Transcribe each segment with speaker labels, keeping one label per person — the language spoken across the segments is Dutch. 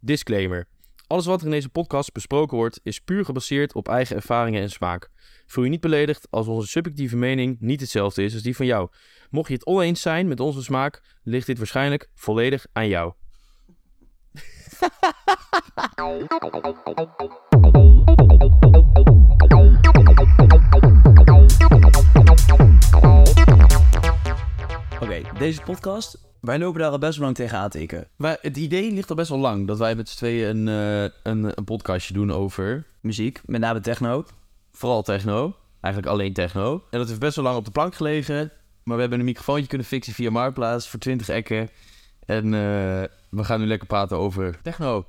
Speaker 1: Disclaimer. Alles wat er in deze podcast besproken wordt is puur gebaseerd op eigen ervaringen en smaak. Voel je niet beledigd als onze subjectieve mening niet hetzelfde is als die van jou. Mocht je het oneens zijn met onze smaak, ligt dit waarschijnlijk volledig aan jou.
Speaker 2: Oké, deze podcast, wij lopen daar al best wel lang tegen aan te tikken.
Speaker 1: Maar het idee ligt al best wel lang dat wij met z'n tweeën een, eh, een, een podcastje doen over
Speaker 2: Muziek, met name techno.
Speaker 1: vooral techno. Eigenlijk alleen techno. En dat heeft best wel lang op de plank gelegen. Maar we hebben een microfoontje kunnen fixen via Marktplaats voor 20 ekken. En eh, we gaan nu lekker praten over techno.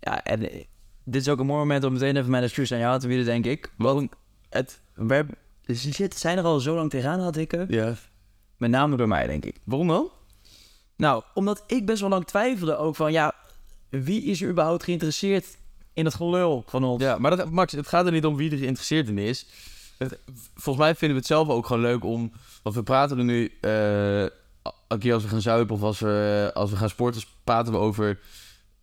Speaker 2: Ja, en eh, dit is ook een mooi moment om meteen even mijn excuses aan jou te bieden, denk ik. Want het, we hebben- dus shit, zijn er al zo lang tegenaan aan tikken.
Speaker 1: Ja.
Speaker 2: Met name door mij, denk ik.
Speaker 1: Waarom dan?
Speaker 2: Nou, omdat ik best wel lang twijfelde ook van, ja, wie is er überhaupt geïnteresseerd in het gelul van ons?
Speaker 1: Ja, maar dat, Max, het gaat er niet om wie er geïnteresseerd in is. Het- volgens mij vinden we het zelf ook gewoon leuk om... Want we praten er nu... eh een keer als we gaan zuipen of als we, als we gaan sporten... praten we over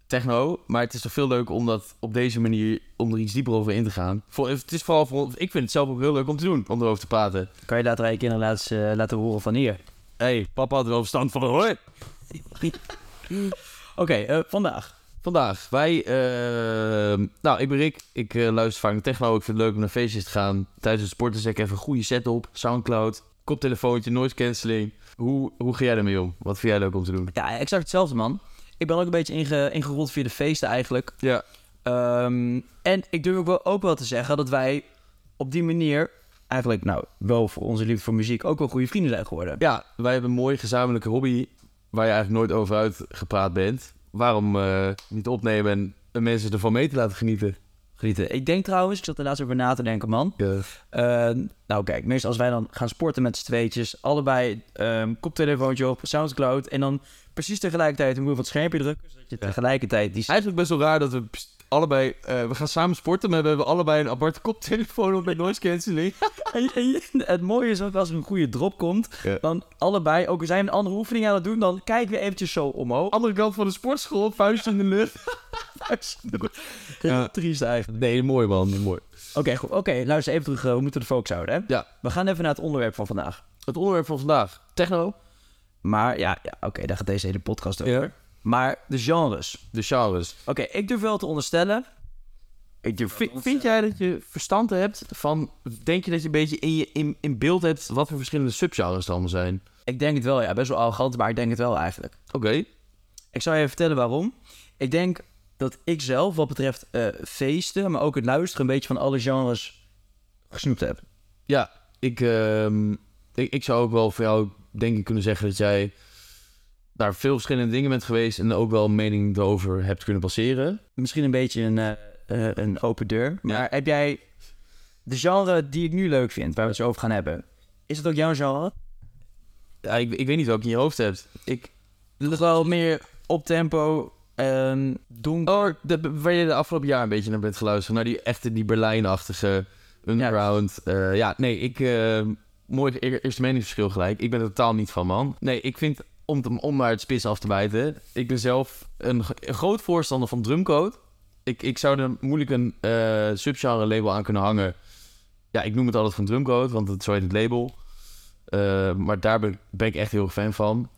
Speaker 1: techno. Maar het is toch veel leuk om dat op deze manier... om er iets dieper over in te gaan. Voor, het is vooral voor, ik vind het zelf ook heel leuk om te doen. Om erover te praten.
Speaker 2: Kan je later aan je kinderen laten, eh, laten horen van hier.
Speaker 1: Hé, hey, papa had er wel verstand van. Hoi!
Speaker 2: Oké, eh, vandaag.
Speaker 1: Vandaag, wij... eh, nou, ik ben Rick. Ik eh, luister vaak naar techno. Ik vind het leuk om naar feestjes te gaan. Tijdens het sporten zet ik even een goede set op. Soundcloud, koptelefoontje, noise cancelling. Hoe, hoe ga jij daarmee om? Wat vind jij leuk om te doen?
Speaker 2: Ja, exact hetzelfde, man. Ik ben ook een beetje inge ingerold via de feesten eigenlijk.
Speaker 1: Ja.
Speaker 2: Ehm, en ik durf ook wel, ook wel te zeggen dat wij op die manier eigenlijk nou wel voor onze liefde voor muziek ook wel goede vrienden zijn geworden.
Speaker 1: Ja, wij hebben een mooie gezamenlijke hobby... waar je eigenlijk nooit over uitgepraat bent. Waarom eh, niet opnemen en de mensen ervan mee te laten genieten?
Speaker 2: Genieten. Ik denk trouwens, ik zat er laatst over na te denken, man.
Speaker 1: Ja.
Speaker 2: Ehm, nou kijk, meestal als wij dan gaan sporten met z'n tweetjes, allebei ehm koptelefoontje op, Soundcloud en dan precies tegelijkertijd een muur van het schermpje drukken, zodat je
Speaker 1: Ja.
Speaker 2: tegelijkertijd die...
Speaker 1: Eigenlijk best wel raar dat we pst, allebei... eh, we gaan samen sporten, maar we hebben allebei een aparte koptelefoon op met noise cancelling.
Speaker 2: En- en het mooie is ook als er een goede drop komt,
Speaker 1: Ja.
Speaker 2: dan allebei, ook al zijn we een andere oefening aan het doen, dan kijken we eventjes zo omhoog.
Speaker 1: andere kant van de sportschool, vuist in de lucht. Ja.
Speaker 2: Triest eigenlijk.
Speaker 1: Nee, mooi man, mooi.
Speaker 2: Oké, goed. Oké, luister even terug. eh, we moeten de focus houden, hè?
Speaker 1: Ja.
Speaker 2: We gaan even naar het onderwerp van vandaag.
Speaker 1: Het onderwerp van vandaag, techno.
Speaker 2: Maar ja, ja oké, daar gaat deze hele podcast over.
Speaker 1: Ja.
Speaker 2: Maar de genres.
Speaker 1: De genres.
Speaker 2: Oké, ik durf wel te onderstellen. Ik durf
Speaker 1: Vi- vind jij dat je verstand hebt van... Denk je dat je een beetje in, je, in, in beeld hebt wat voor verschillende subgenres er allemaal zijn?
Speaker 2: Ik denk het wel, ja. Best wel arrogant, maar ik denk het wel eigenlijk.
Speaker 1: Oké.
Speaker 2: Ik zal je even vertellen waarom. Ik denk dat ik zelf, wat betreft eh, feesten, maar ook het luisteren, een beetje van alle genres gesnoept heb.
Speaker 1: Ja, ik, ehm, ik, ik zou ook wel voor jou denk ik kunnen zeggen dat jij daar veel verschillende dingen bent geweest en ook wel een mening erover hebt kunnen passeren.
Speaker 2: Misschien een beetje een, eh, eh, een open deur. Maar heb jij de genre die ik nu leuk vind, waar we het zo over gaan hebben, is dat ook jouw genre?
Speaker 1: Ja, ik, ik weet niet welke je in je hoofd hebt. Ik,
Speaker 2: Het is wel meer op tempo. ehm donker.
Speaker 1: Oh, de, waar je de afgelopen jaar een beetje naar bent geluisterd. Naar die echte, die Berlijnachtige underground. Ja, ja nee, ik... eh, mooi e- eerste meningsverschil gelijk. Ik ben er totaal niet van, man. Nee, ik vind, om, te- om maar het spits af te bijten... Ik ben zelf een, g- een groot voorstander van drumcode. Ik, ik zou er moeilijk een eh, subgenre label aan kunnen hangen. Ja, ik noem het altijd van drumcode, want het, zo heet het label. Eh, maar daar ben, ben ik echt heel erg fan van.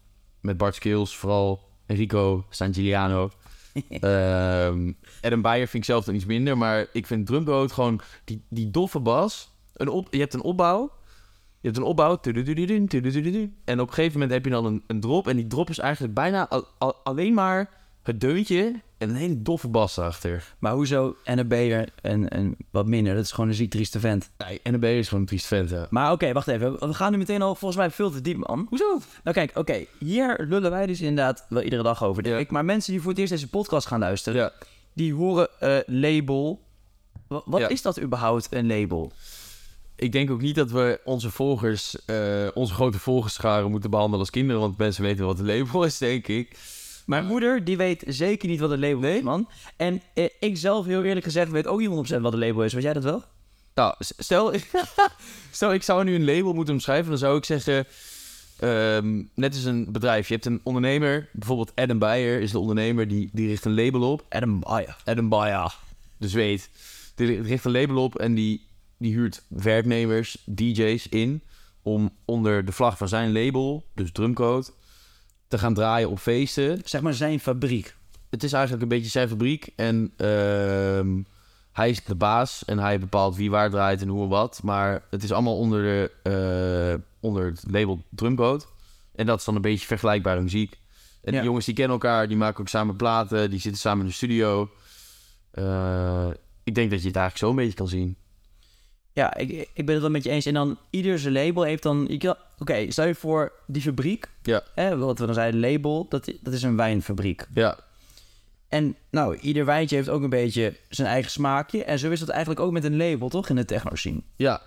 Speaker 1: Met Bart Skills, vooral Enrico Santiliano. Ehm Adam Beyer vind ik zelf dan iets minder, maar ik vind drumboot gewoon die, die doffe bas. Een op, je hebt een opbouw. Je hebt een opbouw. tududududun, tududududun. En op een gegeven moment heb je dan een, een drop. En die drop is eigenlijk bijna al- al- alleen maar het deuntje en een hele doffe bas erachter.
Speaker 2: Maar hoezo NB er en, en wat minder? Dat is gewoon een ziek trieste vent.
Speaker 1: Nee, en dan ben je dus gewoon een triest vent. hè.
Speaker 2: Maar oké, wacht even. We gaan nu meteen al volgens mij veel te diep, man.
Speaker 1: Hoezo?
Speaker 2: Nou kijk, oké. Hier lullen wij dus inderdaad wel iedere dag over, denk
Speaker 1: Ja.
Speaker 2: ik. Maar mensen die voor het eerst deze podcast gaan luisteren,
Speaker 1: Ja.
Speaker 2: die horen eh, label. Wa- wat
Speaker 1: Ja.
Speaker 2: is dat überhaupt, een label?
Speaker 1: Ik denk ook niet dat we onze volgers, eh, onze grote volgerscharen moeten behandelen als kinderen. Want mensen weten wat het label is, denk ik.
Speaker 2: Mijn
Speaker 1: Ah.
Speaker 2: moeder, die weet zeker niet wat een label is, man. En eh, ik zelf, heel eerlijk gezegd, weet ook niet 100% wat een label is. Weet jij dat wel?
Speaker 1: Nou, s- stel, stel ik zou nu een label moeten omschrijven, dan zou ik zeggen... ehm, net als een bedrijf. Je hebt een ondernemer, bijvoorbeeld Adam Beyer is de ondernemer, die, die richt een label op.
Speaker 2: Adam Bayer.
Speaker 1: Adam Beyer, de Zweed. Die richt een label op en die, die huurt werknemers, DJ's in... om onder de vlag van zijn label, dus Drumcode, te gaan draaien op feesten.
Speaker 2: Zeg maar zijn fabriek.
Speaker 1: Het is eigenlijk een beetje zijn fabriek en ehm, hij is de baas en hij bepaalt wie waar draait en hoe en wat. Maar het is allemaal onder, de, eh, onder het label Drumboat. En dat is dan een beetje vergelijkbare muziek. En
Speaker 2: Ja.
Speaker 1: die jongens die kennen elkaar, die maken ook samen platen, die zitten samen in de studio. Eh, ik denk dat je het eigenlijk zo een beetje kan zien.
Speaker 2: Ja, ik, ik ben het wel met je eens. En dan ieder zijn label heeft dan... je kan- Oké, stel je voor die fabriek.
Speaker 1: Ja.
Speaker 2: Hè, wat we dan zeiden, label, dat, i- dat is een wijnfabriek.
Speaker 1: Ja,
Speaker 2: En nou, ieder wijntje heeft ook een beetje zijn eigen smaakje. En zo is dat eigenlijk ook met een label, toch? In de techno scene.
Speaker 1: ja.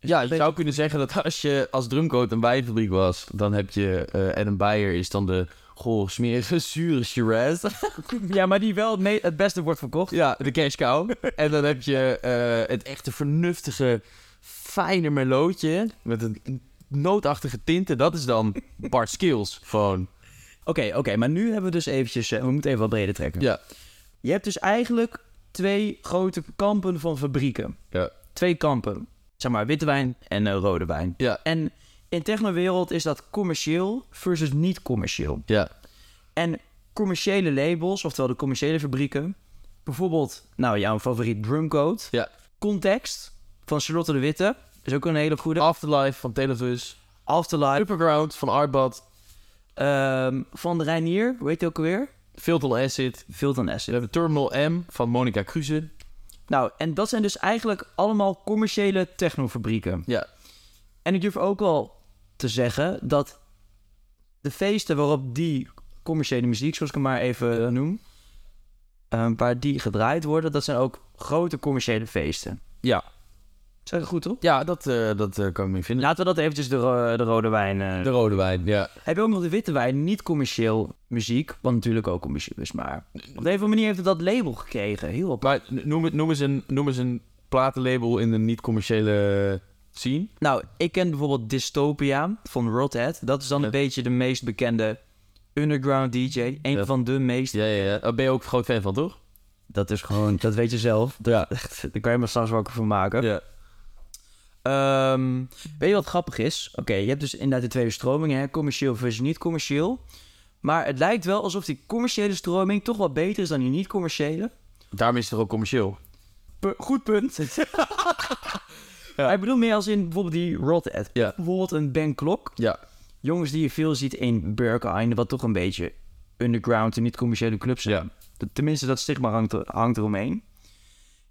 Speaker 1: Ja, je
Speaker 2: beetje-
Speaker 1: zou kunnen zeggen dat als je als drumcoat een wijnfabriek was, dan heb je eh Adam Beyer is dan de goor smerige, zure Shiraz.
Speaker 2: Ja, maar die wel het, me- het beste wordt verkocht.
Speaker 1: Ja, de cash cow. en dan heb je eh, het echte vernuftige, fijne melootje met een noodachtige tinten. Dat is dan Bart Skills gewoon.
Speaker 2: Oké, oké, maar nu hebben we dus eventjes... eh, we moeten even wat breder trekken.
Speaker 1: Ja.
Speaker 2: Je hebt dus eigenlijk twee grote kampen van fabrieken.
Speaker 1: Ja.
Speaker 2: Twee kampen. Zeg maar witte wijn en eh, rode wijn.
Speaker 1: Ja.
Speaker 2: En in technowereld is dat commercieel versus niet commercieel.
Speaker 1: Ja.
Speaker 2: En commerciële labels, oftewel de commerciële fabrieken. Bijvoorbeeld, nou jouw favoriet Drumcode.
Speaker 1: Ja.
Speaker 2: Context van Charlotte de Witte. Is ook een hele goede.
Speaker 1: Afterlife van Televis.
Speaker 2: Afterlife.
Speaker 1: Upperground van Artbad.
Speaker 2: ehm, van de Reinier, hoe heet die ook alweer?
Speaker 1: Filtal Acid.
Speaker 2: Filton
Speaker 1: We
Speaker 2: Acid.
Speaker 1: hebben Terminal M van Monica Kruse.
Speaker 2: Nou, en dat zijn dus eigenlijk allemaal commerciële technofabrieken.
Speaker 1: Ja.
Speaker 2: En ik durf ook wel te zeggen dat de feesten waarop die commerciële muziek, zoals ik hem maar even eh, noem, eh, waar die gedraaid worden, dat zijn ook grote commerciële feesten.
Speaker 1: Ja.
Speaker 2: Zeg ik goed, toch?
Speaker 1: Ja, dat, eh, dat eh, kan ik me vinden.
Speaker 2: Laten we dat eventjes de, ro- de rode wijn... eh,
Speaker 1: De rode wijn, ja.
Speaker 2: Heb je ook nog de witte wijn, niet commercieel muziek, wat natuurlijk ook commercieel is, maar op de een of andere manier heeft het dat label gekregen. Heel op.
Speaker 1: Maar noem, het- noem, eens een, noem eens een platenlabel in de niet-commerciële scene.
Speaker 2: Nou, ik ken bijvoorbeeld Dystopia van Rothead. Dat is dan een
Speaker 1: Ja.
Speaker 2: beetje de meest bekende underground DJ. Een
Speaker 1: Ja.
Speaker 2: van de meest
Speaker 1: Ja, ja, ja. Daar ben je ook groot fan van, toch?
Speaker 2: Dat is gewoon, dat weet je zelf.
Speaker 1: Ja.
Speaker 2: Daar kan je maar straks wakker van maken.
Speaker 1: Ja.
Speaker 2: Ehm, weet je wat grappig is? Oké, je hebt dus inderdaad de twee stromingen, hè? commercieel versus niet commercieel. Maar het lijkt wel alsof die commerciële stroming toch wat beter is dan die niet commerciële.
Speaker 1: Daarom is het er ook commercieel.
Speaker 2: Pu- goed punt. Maar ik bedoel meer als in bijvoorbeeld die Rot Ad.
Speaker 1: Ja.
Speaker 2: Bijvoorbeeld een Ben Klok.
Speaker 1: Ja.
Speaker 2: Jongens die je veel ziet in Berkheim, wat toch een beetje underground en niet commerciële clubs zijn.
Speaker 1: Ja.
Speaker 2: Dat- Tenminste, dat stigma hangt, er, hangt eromheen.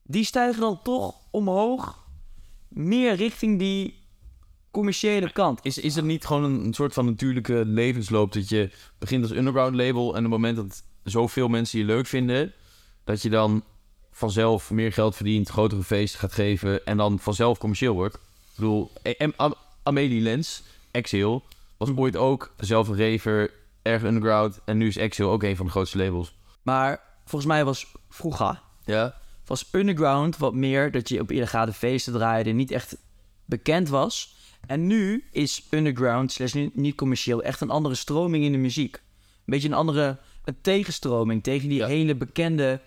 Speaker 2: Die stijgen dan toch omhoog. Meer richting die commerciële kant.
Speaker 1: Is, is er niet gewoon een, een soort van natuurlijke levensloop dat je begint als underground label en op het moment dat zoveel mensen je leuk vinden, dat je dan vanzelf meer geld verdient, grotere feesten gaat geven en dan vanzelf commercieel wordt? Ik bedoel, eh, em- Am- Amelie Lens, Exhale, was ooit ook zelf een raver, erg underground en nu is Exhale ook een van de grootste labels.
Speaker 2: Maar volgens mij was vroeger
Speaker 1: Ja,
Speaker 2: was underground wat meer dat je op illegale feesten draaide en niet echt bekend was. En nu is underground slash niet- niet commercieel echt een andere stroming in de muziek. Een beetje een andere een tegenstroming tegen die
Speaker 1: Ja.
Speaker 2: hele bekende.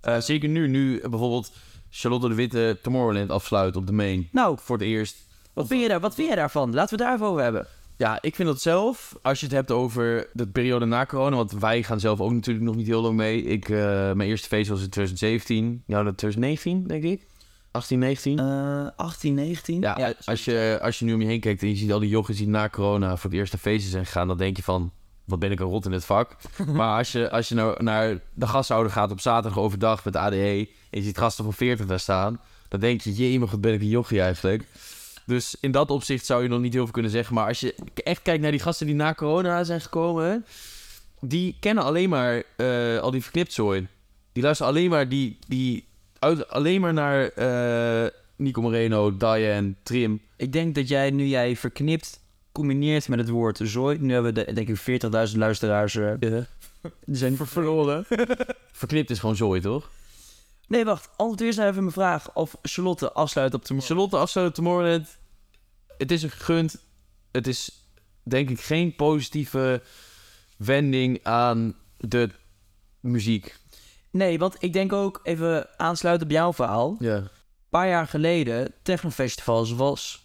Speaker 1: Eh, zeker nu, nu eh, bijvoorbeeld Charlotte de Witte Tomorrowland afsluit op de main.
Speaker 2: Nou,
Speaker 1: Voor het eerst.
Speaker 2: wat vind je, daar, wat vind je daarvan? Laten we het daarover hebben.
Speaker 1: Ja, ik vind dat zelf, als je het hebt over de periode na corona, want wij gaan zelf ook natuurlijk nog niet heel lang mee. Ik, eh, mijn eerste feest was in 2017. Ja, dat 2019, denk ik. 18, 19.
Speaker 2: Eh 18, 19?
Speaker 1: ja, als, je, als je nu om je heen kijkt en je ziet al die jochies die na corona voor het eerst naar feestjes zijn gegaan, dan denk je van, wat ben ik een rot in dit vak. maar als je, als je nou naar de gasthouder gaat op zaterdag overdag met ADE en je ziet gasten van 40 daar staan, dan denk je, jemig, wat ben ik een jochie eigenlijk. Dus in dat opzicht zou je nog niet heel veel kunnen zeggen. Maar als je k- echt kijkt naar die gasten die na corona zijn gekomen, die kennen alleen maar eh, al die verknipzooi. Die luisteren alleen maar, die, die, uit, alleen maar naar eh, Nico Moreno, Diane, Trim.
Speaker 2: Ik denk dat jij, nu jij verknipt, combineert met het woord zooi. Nu hebben we, de, denk ik, 40.000 luisteraars. eh, die zijn verloren.
Speaker 1: Verknipt is gewoon zooi, toch?
Speaker 2: Nee, wacht. Allereerst even mijn vraag of Charlotte afsluit op de
Speaker 1: Charlotte afsluiten Tomorrowland. Het is een gegund. Het is denk ik geen positieve wending aan de muziek.
Speaker 2: Nee, want ik denk ook, even aansluiten op jouw verhaal.
Speaker 1: Ja.
Speaker 2: Een paar jaar geleden, technofestivals was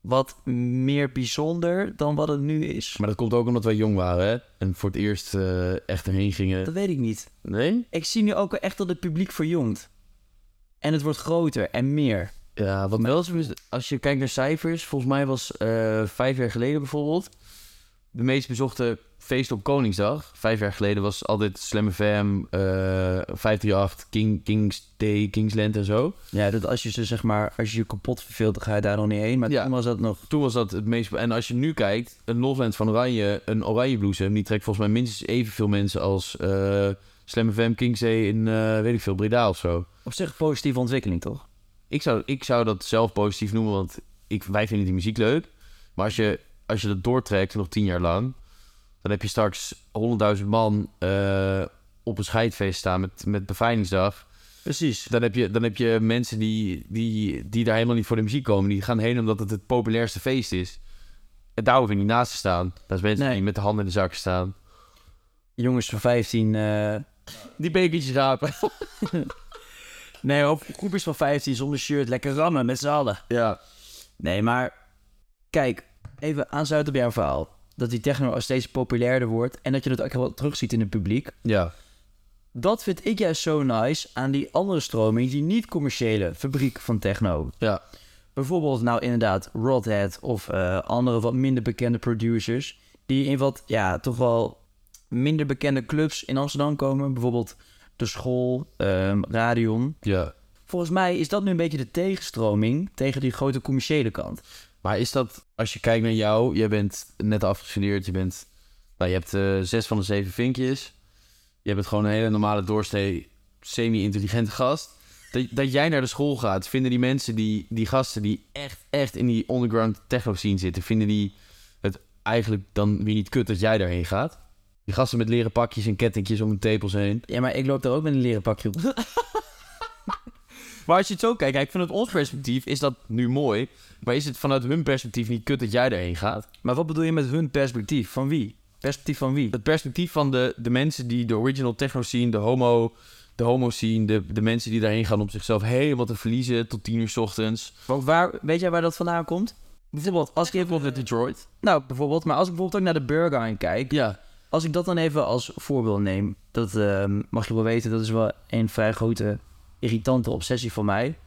Speaker 2: wat meer bijzonder dan wat het nu is.
Speaker 1: Maar dat komt ook omdat wij jong waren, hè? En voor het eerst eh, echt erheen gingen.
Speaker 2: Dat weet ik niet.
Speaker 1: Nee?
Speaker 2: Ik zie nu ook echt dat het publiek verjongt. En het wordt groter en meer.
Speaker 1: Ja, wat wel is, als je kijkt naar cijfers, volgens mij was eh, vijf jaar geleden bijvoorbeeld de meest bezochte feest op Koningsdag. Vijf jaar geleden was altijd Slam FM, eh 538, King, King's Day, Kingsland en zo.
Speaker 2: Ja, dat als je ze zeg maar, als je je kapot verveelt, dan ga je daar nog niet heen. Maar
Speaker 1: Ja.
Speaker 2: toen was dat nog.
Speaker 1: Toen was dat het meest. En als je nu kijkt, een Lofland van Oranje, een Oranje Bloesem, die trekt volgens mij minstens evenveel mensen als eh Slam FM, Kingzee in eh, weet ik veel, Breda of zo.
Speaker 2: Op zich een positieve ontwikkeling, toch?
Speaker 1: Ik zou, ik zou dat zelf positief noemen, want ik, wij vinden die muziek leuk. Maar als je, als je dat doortrekt nog tien jaar lang, dan heb je straks 100.000 man eh, op een scheidfeest staan met, met beveiligingsdag.
Speaker 2: Precies.
Speaker 1: Dan heb je, dan heb je mensen die, die, die daar helemaal niet voor de muziek komen. Die gaan heen omdat het het populairste feest is. En daar hoef je niet naast te staan. Dat is mensen
Speaker 2: Nee.
Speaker 1: die met de handen in de zak staan.
Speaker 2: Jongens van 15. eh,
Speaker 1: Die bekertjes rapen.
Speaker 2: Nee, op groepjes van 15 zonder shirt, lekker rammen met z'n allen.
Speaker 1: Ja.
Speaker 2: Nee, maar kijk, even aansluiten op jouw verhaal. Dat die techno al steeds populairder wordt en dat je dat ook echt wel terugziet in het publiek.
Speaker 1: Ja.
Speaker 2: Dat vind ik juist zo nice aan die andere stroming, die niet-commerciële fabriek van techno.
Speaker 1: Ja.
Speaker 2: Bijvoorbeeld nou inderdaad Rodhead of eh, andere wat minder bekende producers. Die in wat, ja, toch wel minder bekende clubs in Amsterdam komen. Bijvoorbeeld De School, ehm, Radion.
Speaker 1: Ja.
Speaker 2: Volgens mij is dat nu een beetje de tegenstroming tegen die grote commerciële kant.
Speaker 1: Maar is dat, als je kijkt naar jou, jij bent net afgestudeerd, je bent, nou, je hebt eh, zes van de zeven vinkjes. Je bent gewoon een hele normale doorsnee, semi-intelligente gast. Dat, dat jij naar de school gaat, vinden die mensen, die, die gasten die echt, echt in die underground techno scene zitten, vinden die het eigenlijk dan weer niet kut dat jij daarheen gaat? Die gasten met leren pakjes en kettingjes om hun tepels heen.
Speaker 2: Ja, maar ik loop daar ook met een leren pakje op.
Speaker 1: Maar als je het zo kijkt, kijk, vanuit ons perspectief is dat nu mooi. Maar is het vanuit hun perspectief niet kut dat jij daarheen gaat?
Speaker 2: Maar wat bedoel je met hun perspectief? Van wie? Perspectief van wie?
Speaker 1: het perspectief van de, de mensen die de original techno scene, de homo, de homo scene, de, de mensen die daarheen gaan om zichzelf helemaal te verliezen tot tien uur 's ochtends.
Speaker 2: Want waar, weet jij waar dat vandaan komt? Bijvoorbeeld, als ik even op
Speaker 1: Of de Detroit.
Speaker 2: Nou, bijvoorbeeld, maar als ik bijvoorbeeld ook naar de Burger Line kijk.
Speaker 1: Ja.
Speaker 2: Als ik dat dan even als voorbeeld neem. Dat ehm, mag je wel weten, dat is wel een vrij grote irritante obsessie van mij.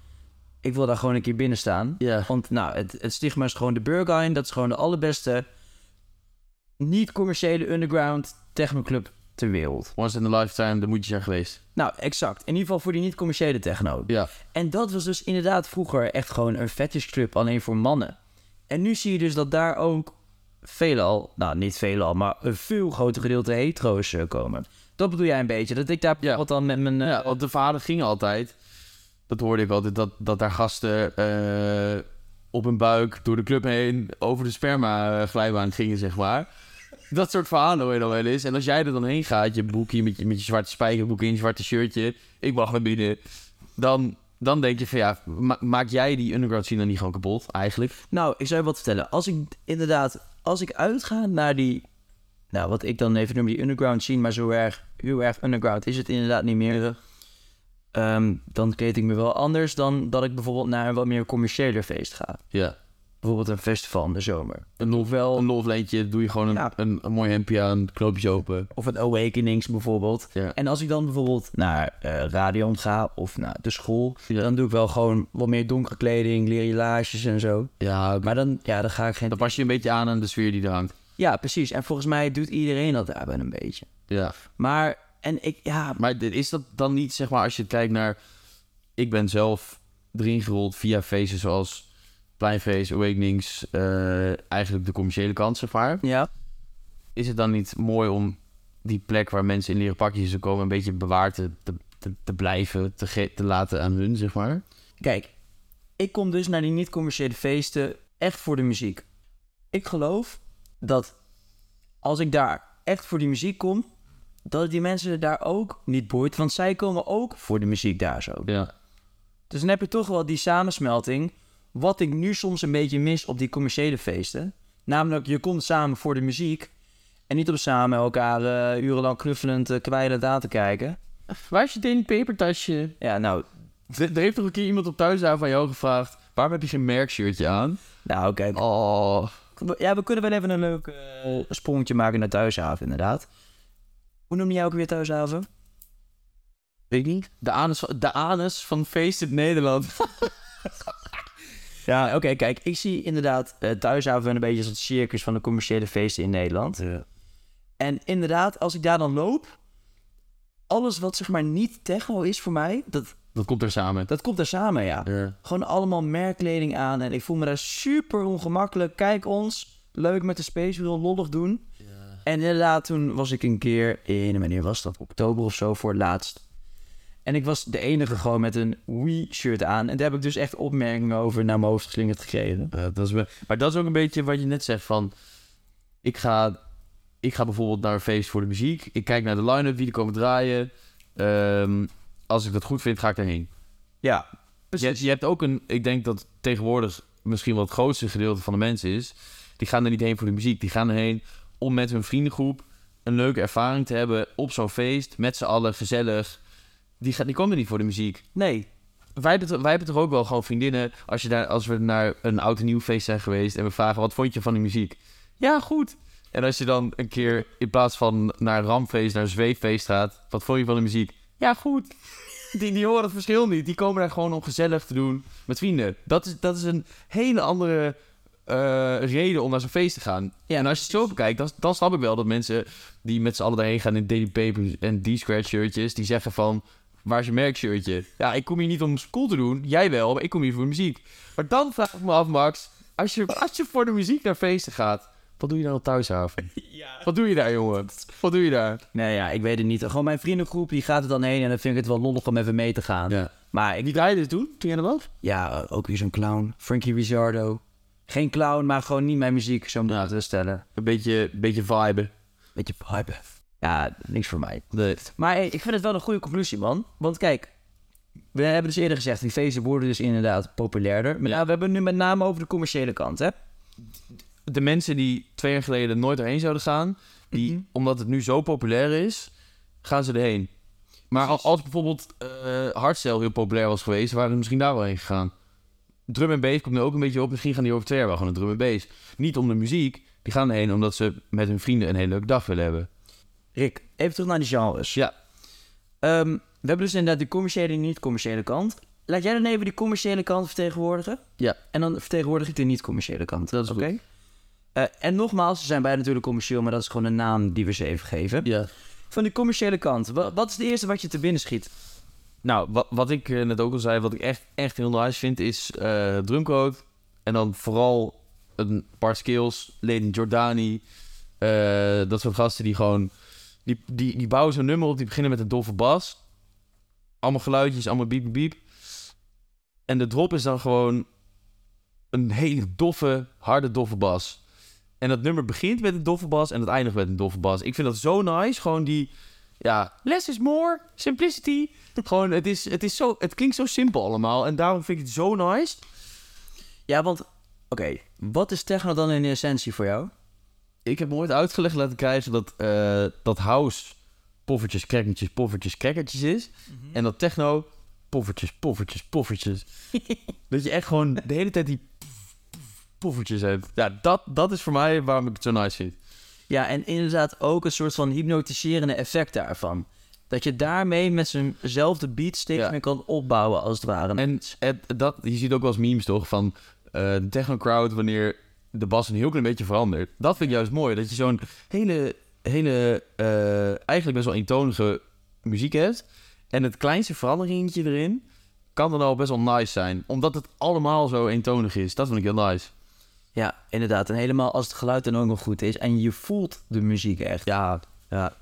Speaker 2: Ik wil daar gewoon een keer binnen staan.
Speaker 1: Ja.
Speaker 2: Want nou, het, het stigma is gewoon de Burger Line. Dat is gewoon de allerbeste niet-commerciële underground technoclub ter wereld.
Speaker 1: Once in a lifetime, daar moet je zijn geweest.
Speaker 2: Nou, exact. In ieder geval voor die niet-commerciële techno.
Speaker 1: Ja.
Speaker 2: En dat was dus inderdaad vroeger echt gewoon een fetishclub alleen voor mannen. En nu zie je dus dat daar ook veelal, nou niet veelal, maar een veel groter gedeelte hetero's eh, komen. Dat bedoel jij een beetje, dat ik daar
Speaker 1: Ja.
Speaker 2: wat dan met mijn... eh,
Speaker 1: Nou ja want de vader ging altijd, dat hoorde ik altijd, dat, dat daar gasten eh, op hun buik door de club heen over de sperma eh, glijbaan gingen, zeg maar. Dat soort verhalen hoor je dan wel eens. En als jij er dan heen gaat, je broekje met je, met je zwarte spijkerbroek in, je zwarte shirtje, ik mag naar binnen. Dan, dan denk je van ja, ma- maak jij die underground scene dan niet gewoon kapot eigenlijk?
Speaker 2: Nou, ik zou je wat vertellen. Als ik inderdaad, als ik uitga naar die, nou wat ik dan even noem die underground scene, maar zo erg, heel erg underground is het inderdaad niet meer. Ehm, dan kleed ik me wel anders dan dat ik bijvoorbeeld naar een wat meer commerciële feest ga.
Speaker 1: Ja.
Speaker 2: Bijvoorbeeld een festival in de zomer.
Speaker 1: Een lof,
Speaker 2: Hoewel-
Speaker 1: een lofleentje, doe je gewoon een,
Speaker 2: Ja.
Speaker 1: een, een mooi hempje aan, knoopjes open.
Speaker 2: Of een Awakenings bijvoorbeeld.
Speaker 1: Ja.
Speaker 2: En als ik dan bijvoorbeeld naar eh radio ga of naar de school, dan doe ik wel gewoon wat meer donkere kleding, leren laarsjes en zo.
Speaker 1: Ja, maar
Speaker 2: Maar dan, ja, dan ga ik geen...
Speaker 1: dan pas je een beetje aan aan de sfeer die er hangt.
Speaker 2: Ja, precies. En volgens mij doet iedereen dat daarbij een beetje.
Speaker 1: Ja.
Speaker 2: Maar, en ik, ja,
Speaker 1: Maar dit- is dat dan niet, zeg maar, als je kijkt naar... Ik ben zelf erin gerold via feesten zoals Pleinfeest, Awakenings... eh, eigenlijk de commerciële kant, zeg maar.
Speaker 2: ja.
Speaker 1: Is het dan niet mooi om die plek waar mensen in leren pakjes zo komen... een beetje bewaard te, te, te- te blijven, te, ge- te laten aan hun, zeg maar?
Speaker 2: Kijk, ik kom dus naar die niet-commerciële feesten echt voor de muziek. Ik geloof dat als ik daar echt voor die muziek kom, dat het die mensen daar ook niet boeit. Want zij komen ook voor de muziek daar zo.
Speaker 1: Ja.
Speaker 2: Dus dan heb je toch wel die samensmelting. Wat ik nu soms een beetje mis op die commerciële feesten. Namelijk, je komt samen voor de muziek. En niet om samen elkaar eh, urenlang knuffelend, eh, kwijlend aan te kijken.
Speaker 1: Waar is je Daily Paper tasje?
Speaker 2: Ja, nou,
Speaker 1: Er heeft toch een keer iemand op thuishaven van jou gevraagd... waarom heb je geen merkshirtje aan?
Speaker 2: nou kijk.
Speaker 1: Oh,
Speaker 2: We- Ja, we kunnen wel even een leuk eh, sprongetje maken naar Thuishaven, inderdaad. Hoe noemde jij ook weer Thuishaven?
Speaker 1: weet ik niet. De anus, van- de anus van Feest in Nederland.
Speaker 2: Ja, oké, kijk, ik zie inderdaad eh, Thuishaven een beetje als het circus van de commerciële feesten in Nederland. En inderdaad, als ik daar dan loop, alles wat zeg maar niet techno is voor mij, dat,
Speaker 1: Dat komt er samen.
Speaker 2: dat komt daar samen, ja.
Speaker 1: Ja.
Speaker 2: Gewoon allemaal merkkleding aan en ik voel me daar super ongemakkelijk. Kijk ons, leuk met de Space Wheel, lollig doen. En inderdaad, toen was ik een keer in, wanneer was dat? Oktober of zo voor het laatst. En ik was de enige gewoon met een Wii-shirt aan. En daar heb ik dus echt opmerkingen over naar mijn hoofd geslingerd gekregen.
Speaker 1: Ja, dat is wel- maar dat is ook een beetje wat je net zegt van... Ik ga, ik ga bijvoorbeeld naar een feest voor de muziek. Ik kijk naar de line-up, wie er komen draaien. Ehm, als ik dat goed vind, ga ik daarheen.
Speaker 2: Ja,
Speaker 1: Je, je hebt ook een... Ik denk dat tegenwoordig misschien wel het grootste gedeelte van de mensen is... Die gaan er niet heen voor de muziek. Die gaan erheen om met hun vriendengroep een leuke ervaring te hebben op zo'n feest. Met z'n allen, gezellig. Die, gaan, die komen er niet voor de muziek
Speaker 2: nee.
Speaker 1: wij hebben, toch- wij hebben toch ook wel gewoon vriendinnen. Als, je daar, als we naar een oud en nieuw feest zijn geweest en we vragen wat vond je van die muziek? Ja, goed. En als je dan een keer in plaats van naar Ramfeest, naar Zweeffeest gaat, wat vond je van de muziek? Ja, goed. Die, die horen het verschil niet. Die komen daar gewoon om gezellig te doen met vrienden. Dat is, dat is een hele andere eh, reden om naar zo'n feest te gaan.
Speaker 2: Ja,
Speaker 1: en als je het zo bekijkt, dan, dan snap ik wel dat mensen die met z'n allen daarheen gaan in Daily Papers en D-Scratch shirtjes, die zeggen van, Waar is je merkshirtje? Ja, ik kom hier niet om school te doen. Jij wel, maar ik kom hier voor muziek. Maar dan vraag ik me af, Max. Als je, als je voor de muziek naar feesten gaat, wat doe je dan op thuishaven?
Speaker 2: Ja.
Speaker 1: Wat doe je daar, jongen? Wat doe je daar?
Speaker 2: Nee, ja, ik weet het niet. Gewoon mijn vriendengroep, die gaat er dan heen en dan vind ik het wel lollig om even mee te gaan.
Speaker 1: Ja.
Speaker 2: Maar ik,
Speaker 1: Wie draaide dit dus toen, toen jij er was?
Speaker 2: ja, eh, ook weer zo'n clown. Frankie Rizzardo. Geen clown, maar gewoon niet mijn muziek, zo moet ik het wel stellen.
Speaker 1: Een beetje, beetje viben.
Speaker 2: Beetje hype. Ja, niks voor mij.
Speaker 1: Nee.
Speaker 2: Maar hey, ik vind het wel een goede conclusie, man. Want kijk, we hebben dus eerder gezegd, die feesten worden dus inderdaad populairder. Maar
Speaker 1: Ja.
Speaker 2: nou, we hebben het nu met name over de commerciële kant, hè?
Speaker 1: De mensen die twee jaar geleden nooit erheen zouden gaan, die,
Speaker 2: Mhm.
Speaker 1: omdat het nu zo populair is, gaan ze erheen. Maar al- als bijvoorbeeld eh hardstyle heel populair was geweest, waren ze misschien daar wel heen gegaan. Drum en bass komt nu ook een beetje op. Misschien gaan die over twee jaar wel gewoon een drum en bass. Niet om de muziek. Die gaan erheen omdat ze met hun vrienden een hele leuke dag willen hebben.
Speaker 2: Rick, even terug naar die genres.
Speaker 1: Ja.
Speaker 2: Ehm, we hebben dus inderdaad die commerciële en niet-commerciële kant. Laat jij dan even die commerciële kant vertegenwoordigen.
Speaker 1: Ja.
Speaker 2: En dan vertegenwoordig ik de niet-commerciële kant.
Speaker 1: Dat is
Speaker 2: oké. Eh, en nogmaals, ze zijn beide natuurlijk commercieel, maar dat is gewoon een naam die we ze even geven.
Speaker 1: Ja.
Speaker 2: Van de commerciële kant, wa- wat is het eerste wat je te binnen schiet?
Speaker 1: Nou, wat, wat ik eh, net ook al zei, wat ik echt, echt heel nice vind, is eh drumcode. En dan vooral een paar skills, Lady Jordani. eh, dat soort gasten die gewoon... Die, die, die bouwen zo'n nummer op, die beginnen met een doffe bas. Allemaal geluidjes, allemaal biep, biep, biep. En de drop is dan gewoon een hele doffe, harde doffe bas. En dat nummer begint met een doffe bas en het eindigt met een doffe bas. Ik vind dat zo nice, gewoon die... Ja, less is more, simplicity. Gewoon, het, is, het, is zo, het klinkt zo simpel allemaal. En daarom vind ik het zo nice.
Speaker 2: Ja, want, oké, wat is techno dan in essentie voor jou?
Speaker 1: Ik heb nooit uitgelegd laten krijgen dat, eh, dat house poffertjes, krekkertjes, poffertjes, krekkertjes is. En dat techno poffertjes, poffertjes, poffertjes. dat je echt gewoon de hele tijd die poffertjes hebt. Ja, dat, dat is voor mij waarom ik het zo nice vind.
Speaker 2: Ja, en inderdaad ook een soort van hypnotiserende effect daarvan. Dat je daarmee met zijnzelfde beat steeds
Speaker 1: Ja.
Speaker 2: meer kan opbouwen, als het ware.
Speaker 1: En het- dat, je ziet ook wel eens memes toch van eh, de techno-crowd wanneer de bas een heel klein beetje verandert. Dat vind ik juist mooi, dat je zo'n hele, hele eh, eigenlijk best wel eentonige muziek hebt. En het kleinste veranderingetje erin kan dan al best wel nice zijn. Omdat het allemaal zo eentonig is. Dat vind ik heel nice.
Speaker 2: Ja, inderdaad. En helemaal als het geluid dan ook nog goed is en je voelt de muziek echt.
Speaker 1: Ja, ja.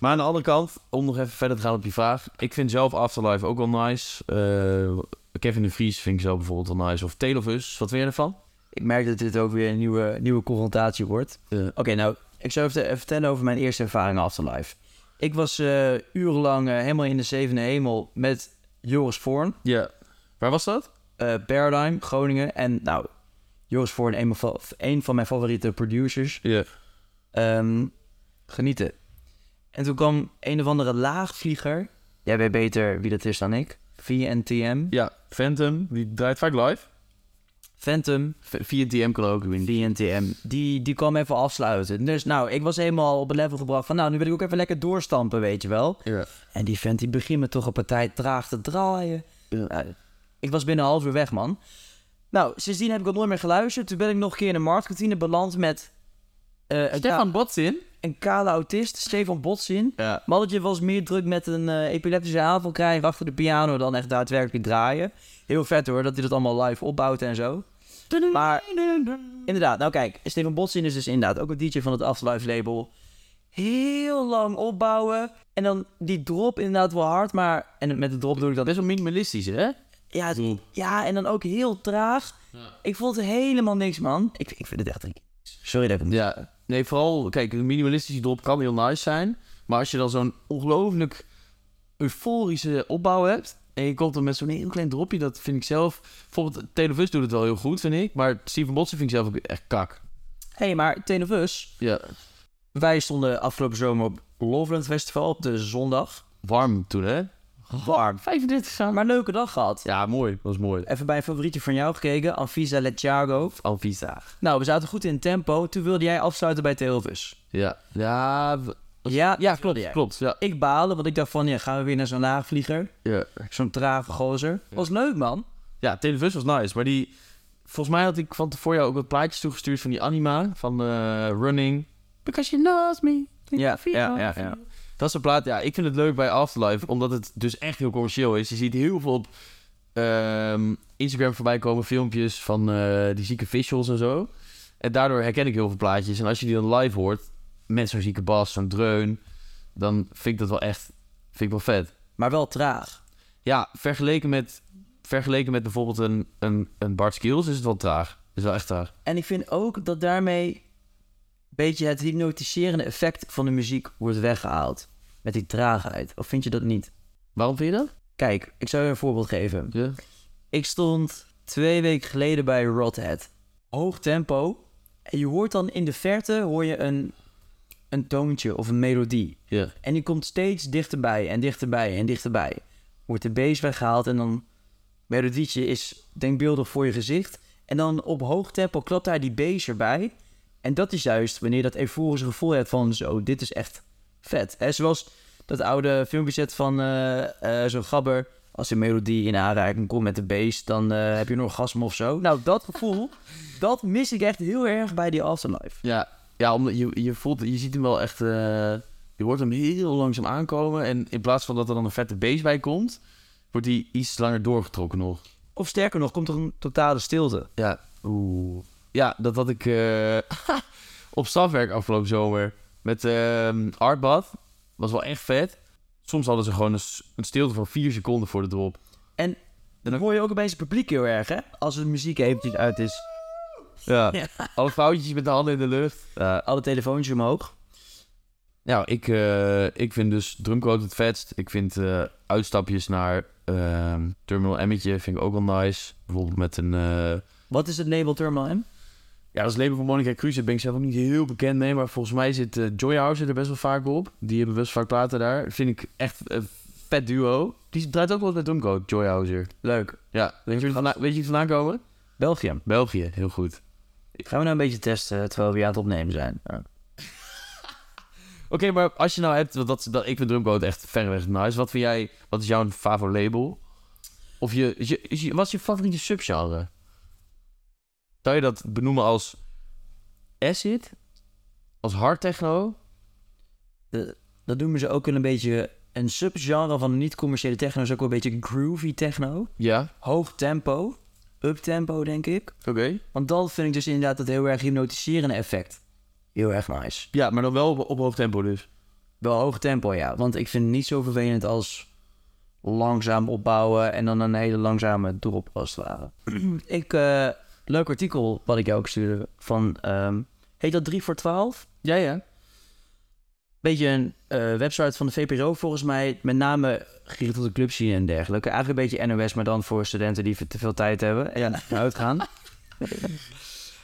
Speaker 1: Maar aan de andere kant, om nog even verder te gaan op die vraag. Ik vind zelf Afterlife ook wel nice. Eh, Kevin de Vries vind ik zelf bijvoorbeeld wel nice. Of Televus, wat vind je ervan?
Speaker 2: Ik merk dat dit ook weer een nieuwe, nieuwe confrontatie wordt.
Speaker 1: Ja.
Speaker 2: Oké, nou, ik zou even even vertellen over mijn eerste ervaring Afterlife. Ik was eh, urenlang eh, helemaal in de zevende hemel met Joris Voorn,
Speaker 1: Ja. Waar was dat?
Speaker 2: eh Paradigm, Groningen. En nou, Joris Voorn, een, van- een van mijn favoriete producers.
Speaker 1: Ja.
Speaker 2: Ehm,
Speaker 1: Genieten.
Speaker 2: en toen kwam een of andere laagvlieger. Jij weet beter wie dat is dan ik. VNTM.
Speaker 1: Ja, Phantom, die draait vaak live.
Speaker 2: Phantom.
Speaker 1: V- Via DM kan ook winnen.
Speaker 2: VNTM. Die, die kwam even afsluiten. Dus nou, ik was helemaal op een level gebracht van... Nou, nu wil ik ook even lekker doorstampen, weet je wel.
Speaker 1: Ja.
Speaker 2: En die vent die begint me toch een partij traag te draaien.
Speaker 1: Ja.
Speaker 2: Nou, ik was binnen een half uur weg, man. Nou, sindsdien heb ik het nooit meer geluisterd. Toen ben ik nog een keer in de marktkantine beland met... eh, een, ka-
Speaker 1: Botsin?
Speaker 2: een kale autist, Stefan Botsin.
Speaker 1: Ja.
Speaker 2: Mannetje was meer druk met een eh, epileptische aanval krijgen achter de piano dan echt daadwerkelijk draaien. Heel vet hoor, dat hij dat allemaal live opbouwt en zo. Maar inderdaad, nou kijk, Stefan Botsin is dus inderdaad ook een DJ van het Afterlife label. Heel lang opbouwen en dan die drop inderdaad wel hard, maar... En met de drop doe ik dat...
Speaker 1: Best wel minimalistisch, hè?
Speaker 2: Ja, het- ja en dan ook heel traag. Ik vond helemaal niks, man. Ik, ik vind het echt... Sorry dat ik hem...
Speaker 1: Ja, nee, vooral, kijk, een minimalistische drop kan heel nice zijn. Maar als je dan zo'n ongelooflijk euforische opbouw hebt. En je komt dan met zo'n heel klein dropje, dat vind ik zelf. Bijvoorbeeld, Televus doet het wel heel goed, vind ik. Maar Steven Botsen vind ik zelf ook echt kak.
Speaker 2: Hé, hey, maar Ten of Us,
Speaker 1: Ja,
Speaker 2: wij stonden afgelopen zomer op Loveland Festival op de zondag.
Speaker 1: warm toen, hè?
Speaker 2: Warm.
Speaker 1: 35 graden.
Speaker 2: Maar een leuke dag gehad.
Speaker 1: Ja, mooi. Was mooi.
Speaker 2: Even bij een favorietje van jou gekeken, Anvisa Letjago.
Speaker 1: Anvisa.
Speaker 2: Nou, we zaten goed in tempo. Toen wilde jij afsluiten bij Teelvis.
Speaker 1: Ja. Ja, w-
Speaker 2: Ja, ja,
Speaker 1: klopt.
Speaker 2: jij.
Speaker 1: Klopt, ja.
Speaker 2: Ik baalde, want ik dacht van, ja, gaan we weer naar zo'n laagvlieger?
Speaker 1: Ja,
Speaker 2: Zo'n trage gozer. Was leuk, man.
Speaker 1: ja Televus was nice. Maar die... Volgens mij had ik van tevoren jou ook wat plaatjes toegestuurd van die anima. Van eh, Running. Because you lost me.
Speaker 2: Ja, ja, ja, ja.
Speaker 1: Dat is een plaat, ja, ik vind het leuk bij Afterlife, omdat het dus echt heel commercieel is. Je ziet heel veel op ehm, Instagram voorbij komen, filmpjes van eh, die zieke visuals en zo. En daardoor herken ik heel veel plaatjes. En als je die dan live hoort, met zo'n zieke bas, zo'n dreun, dan vind ik dat wel echt, vind ik wel vet.
Speaker 2: Maar wel traag.
Speaker 1: Ja, vergeleken met, vergeleken met bijvoorbeeld een, een, een Bart Skills is het wel traag. Is wel echt traag.
Speaker 2: En ik vind ook dat daarmee een beetje het hypnotiserende effect van de muziek wordt weggehaald. Met die traagheid. Of vind je dat niet?
Speaker 1: Waarom vind je dat?
Speaker 2: Kijk, ik zou je een voorbeeld geven.
Speaker 1: Ja.
Speaker 2: Ik stond twee weken geleden bij Rothead. Hoog tempo. En je hoort dan in de verte hoor je een, een toontje of een melodie.
Speaker 1: Ja.
Speaker 2: En die komt steeds dichterbij en dichterbij en dichterbij. Wordt de bass weggehaald en dan... Melodietje is denkbeeldig voor je gezicht. En dan op hoog tempo klapt daar die bass erbij. En dat is juist wanneer je dat euforische gevoel hebt van... Zo, dit is echt vet. Hè, zoals dat oude filmpje zet van eh, eh, zo'n gabber... Als een melodie in aanraking komt met de bass, dan eh, heb je een orgasme of zo. Nou, dat gevoel, dat mis ik echt heel erg bij die Afterlife.
Speaker 1: Ja, ja omdat je, je voelt, je ziet hem wel echt, eh, je hoort hem heel langzaam aankomen. En in plaats van dat er dan een vette base bij komt, wordt die iets langer doorgetrokken nog.
Speaker 2: Of sterker nog, komt er een totale stilte.
Speaker 1: Ja, oeh. Ja, dat had ik eh, op stafwerk afgelopen zomer met ehm Artbad. Was wel echt vet. Soms hadden ze gewoon een, s- een stilte van vier seconden voor de drop.
Speaker 2: En dan hoor je ook opeens het publiek heel erg, hè? Als de muziek eventjes uit is.
Speaker 1: Ja,
Speaker 2: Ja.
Speaker 1: alle vrouwtjes met de handen in de lucht. Ja.
Speaker 2: Eh, Alle telefoontjes omhoog.
Speaker 1: Nou, ik, eh, ik vind dus drumcode het vetst. Ik vind eh, uitstapjes naar ehm, Terminal Emmetje vind ik ook wel nice. Bijvoorbeeld met een... eh,
Speaker 2: Wat is het label Thermal M?
Speaker 1: Ja, dat is label van Monica Cruz. Daar ben ik zelf ook niet heel bekend mee. Maar volgens mij zit eh, Joy Joyhouse er best wel vaak op. Die hebben best vaak platen daar. vind ik echt een vet duo. Die draait ook wel eens met drumcode, Joyhouse.
Speaker 2: Leuk.
Speaker 1: Ja, weet je wie het vandaan- weet je wie het vandaan komen?
Speaker 2: België.
Speaker 1: België, heel goed.
Speaker 2: Gaan we nou een beetje testen terwijl we hier aan het opnemen zijn?
Speaker 1: Oké, maar als je nou hebt... want Dat, dat, ik vind drumcode echt verreweg nice. Wat vind jij... Wat is jouw favoriet label? Of je, is je, is je- Wat is je favoriete subgenre? Zou je dat benoemen als... Acid? Als hard techno?
Speaker 2: Dat noemen ze ook een beetje een subgenre van de niet-commerciële techno. Is ook wel een beetje groovy techno.
Speaker 1: Ja,
Speaker 2: Hoog tempo. Up tempo, denk ik.
Speaker 1: oké.
Speaker 2: Want dan vind ik dus inderdaad dat heel erg hypnotiserende effect. Heel erg nice.
Speaker 1: Ja, maar dan wel op, op hoog tempo dus.
Speaker 2: Wel hoog tempo, ja. Want ik vind het niet zo vervelend als langzaam opbouwen en dan een hele langzame drop als het ware. ik, eh, leuk artikel wat ik jou ook stuurde van, ehm, heet dat 3 voor 12?
Speaker 1: Ja, ja.
Speaker 2: Beetje een eh, website van de VPRO volgens mij, met name gericht op de clubscene en dergelijke. Eigenlijk een beetje NOS, maar dan voor studenten die te veel tijd hebben en uitgaan.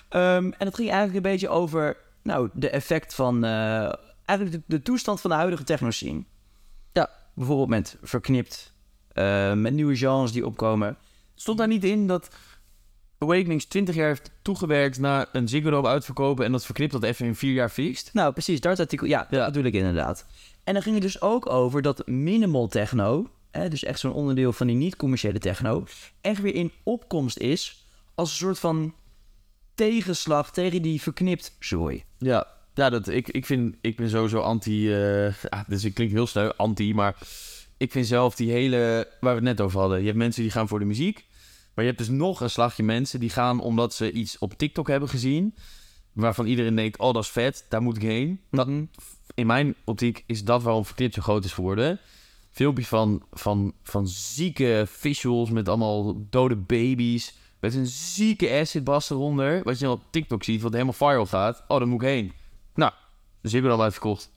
Speaker 2: Ehm, en het ging eigenlijk een beetje over nou, de effect van... eh, eigenlijk de, de toestand van de huidige technoscene. Ja, bijvoorbeeld met Verknipt. eh, met nieuwe genres die opkomen.
Speaker 1: Stond daar niet in dat Awakenings 20 jaar heeft toegewerkt naar een Ziggo Dome uitverkopen en dat verknipt dat even in vier jaar fixt?
Speaker 2: Nou, precies, dat artikel. Ja,
Speaker 1: Ja.
Speaker 2: dat bedoel ik inderdaad. En dan ging het dus ook over dat minimal techno, hè, dus echt zo'n onderdeel van die niet-commerciële techno, echt weer in opkomst is als een soort van tegenslag tegen die verknipt zooi.
Speaker 1: Ja, ja dat, ik, ik, vind, ik ben sowieso anti. eh, ja, dus ik klink heel snel anti, maar ik vind zelf die hele. waar we het net over hadden. Je hebt mensen die gaan voor de muziek. Maar je hebt dus nog een slagje mensen die gaan omdat ze iets op TikTok hebben gezien. Waarvan iedereen denkt: oh, dat is vet, daar moet ik heen. Dat,
Speaker 2: Mhm.
Speaker 1: in mijn optiek is dat waarom Verknipt zo groot is geworden. Filmpje van, van, van zieke visuals met allemaal dode baby's. Met een zieke acidbas eronder. Wat je dan op TikTok ziet, wat helemaal viral gaat. Oh, daar moet ik heen. Nou, dus hebben we al uitverkocht.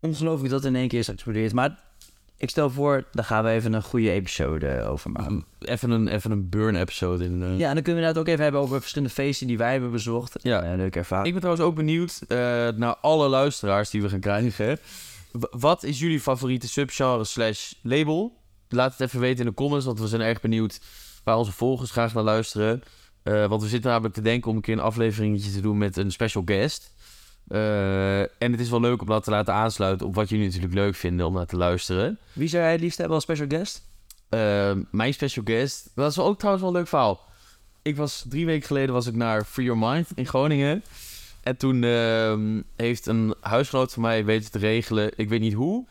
Speaker 2: Ongelooflijk dat in één keer is geëxplodeerd. Maar ik stel voor, daar gaan we even een goede episode over maken.
Speaker 1: Even een, even een burn-episode in. eh.
Speaker 2: Ja, en dan kunnen we het ook even hebben over verschillende feesten die wij hebben bezocht.
Speaker 1: Ja.
Speaker 2: Eh, leuke ervaring.
Speaker 1: Ik ben trouwens ook benieuwd eh, naar alle luisteraars die we gaan krijgen. W- wat is jullie favoriete subgenre slash label? Laat het even weten in de comments, want we zijn erg benieuwd waar onze volgers graag naar luisteren. Eh, want we zitten namelijk te denken om een keer een afleveringetje te doen met een special guest. Eh, en het is wel leuk om dat te laten aansluiten op wat jullie natuurlijk leuk vinden om naar te luisteren.
Speaker 2: Wie zou jij het liefst hebben als special guest?
Speaker 1: Eh, mijn special guest, dat is wel ook trouwens wel een leuk verhaal. Ik was drie weken geleden was ik naar Free Your Mind in Groningen. En toen ehm, heeft een huisgenoot van mij weten te regelen, ik weet niet hoe,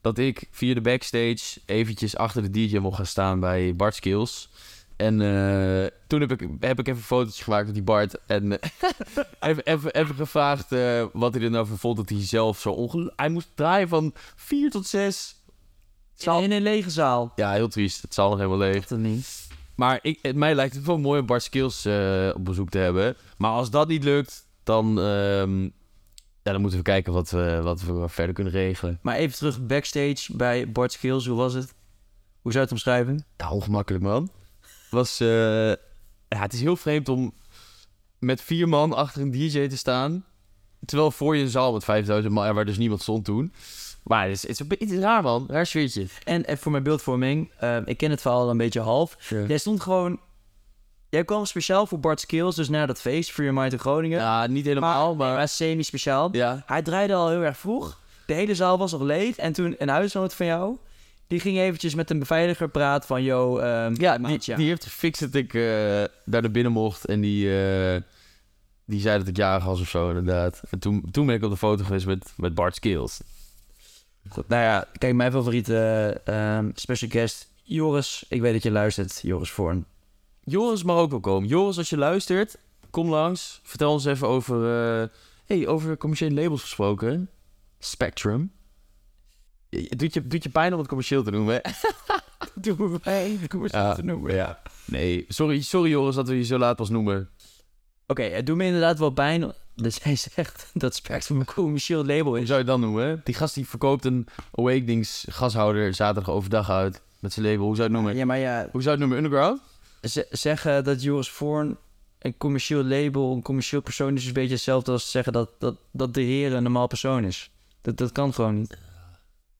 Speaker 1: dat ik via de backstage eventjes achter de DJ mocht gaan staan bij Bart Skills. En eh, toen heb ik, heb ik even een fotootje gemaakt met die Bart. En eh, even, even, even gevraagd eh, wat hij er nou van vond dat hij zelf zo ongelooflijk... Hij moest draaien van 4 tot 6.
Speaker 2: In, in een lege zaal.
Speaker 1: Ja, heel triest. Het zal nog helemaal leeg.
Speaker 2: Echt niet.
Speaker 1: Maar ik, het, mij lijkt het wel mooi om Bart Skills eh, op bezoek te hebben. Maar als dat niet lukt, dan, ehm, ja, dan moeten we kijken wat we, wat we verder kunnen regelen.
Speaker 2: Maar even terug backstage bij Bart Skills. Hoe was het? Hoe zou je het omschrijven?
Speaker 1: Nou, ongemakkelijk, man. Was, eh, ja, het is heel vreemd om met vier man achter een DJ te staan. Terwijl voor je een zaal met 5000 man, waar dus niemand stond toen. Maar het is, het is, een be- het is raar, man. Raar sfeertje.
Speaker 2: En, en voor mijn beeldvorming, eh, ik ken het verhaal al een beetje half.
Speaker 1: Ja.
Speaker 2: Jij stond gewoon... Jij kwam speciaal voor Bart Skills, dus na dat feest, Free Your Mind in Groningen.
Speaker 1: niet helemaal, maar...
Speaker 2: Maar semi-speciaal.
Speaker 1: ja.
Speaker 2: Hij draaide al heel erg vroeg. De hele zaal was nog leeg. En toen een huisgenoot van jou, die ging eventjes met een beveiliger praten van... Yo, ehm,
Speaker 1: Ja, die,
Speaker 2: maat, ja.
Speaker 1: die heeft gefixt dat ik eh, daar naar binnen mocht. En die, eh, die zei dat ik jarig was of zo, inderdaad. En toen, toen ben ik op de foto geweest met, met Bart Skills.
Speaker 2: Goed, nou ja, kijk, mijn favoriete ehm, special guest, Joris. Ik weet dat je luistert, Joris Voorn.
Speaker 1: Joris mag ook wel komen. Joris, als je luistert, kom langs. Vertel ons even over... eh, hey, over commerciële labels gesproken. Spectrum. Je- je- Doet je, doet je pijn om het commercieel te noemen, hè?
Speaker 2: Doe me pijn, ik moest
Speaker 1: Ja,
Speaker 2: het noemen.
Speaker 1: ja. Nee, sorry, sorry Joris dat we je zo laat pas noemen.
Speaker 2: Oké, het doet me inderdaad wel pijn. Dus hij zegt dat Spectrum een commercieel label
Speaker 1: Hoe
Speaker 2: is.
Speaker 1: zou je het dan noemen? hè? Die gast die verkoopt een Awakenings gashouder zaterdag overdag uit. Met zijn label, hoe zou je het noemen?
Speaker 2: Ja, maar ja,
Speaker 1: Hoe zou je het noemen? Underground?
Speaker 2: ze- zeggen dat Joris Voorn een commercieel label, een commercieel persoon is, is een beetje hetzelfde als zeggen dat, dat, dat de heer een normaal persoon is. Dat, dat kan gewoon niet.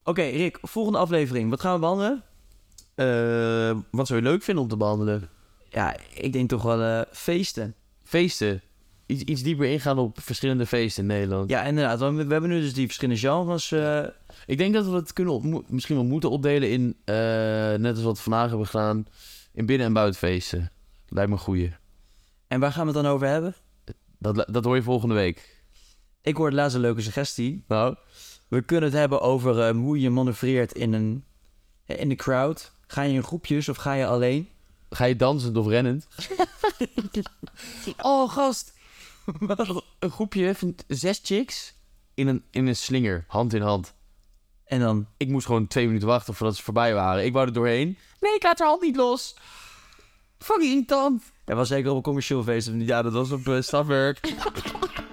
Speaker 2: Oké, Rick, volgende aflevering. Wat gaan we behandelen?
Speaker 1: Eh, wat zou je leuk vinden om te behandelen?
Speaker 2: Ja, ik denk toch wel eh, feesten.
Speaker 1: Feesten. Iets, iets dieper ingaan op verschillende feesten in Nederland.
Speaker 2: Ja, inderdaad. want We, we hebben nu dus die verschillende genres. eh,
Speaker 1: Ik denk dat we het kunnen op- mo- misschien wel moeten opdelen in, eh, net als wat we vandaag hebben gedaan, in binnen- en buitenfeesten. Lijkt me een goeie.
Speaker 2: en waar gaan we het dan over hebben?
Speaker 1: Dat, li- dat hoor je volgende week.
Speaker 2: Ik hoorde laatst een leuke suggestie.
Speaker 1: Nou,
Speaker 2: We kunnen het hebben over ehm, hoe je manoeuvreert in een eh, in de crowd. Ga je in groepjes of ga je alleen?
Speaker 1: ga je dansend of rennend? oh, gast. Een groepje van zes chicks in een, in een slinger, hand in hand.
Speaker 2: En dan
Speaker 1: Ik moest gewoon twee minuten wachten voordat ze voorbij waren. Ik wou er doorheen. Nee, ik laat haar hand niet los. Fucking irritant.
Speaker 2: Dat was zeker op een commercieel feest. of niet? Ja, dat was op eh, stafwerk.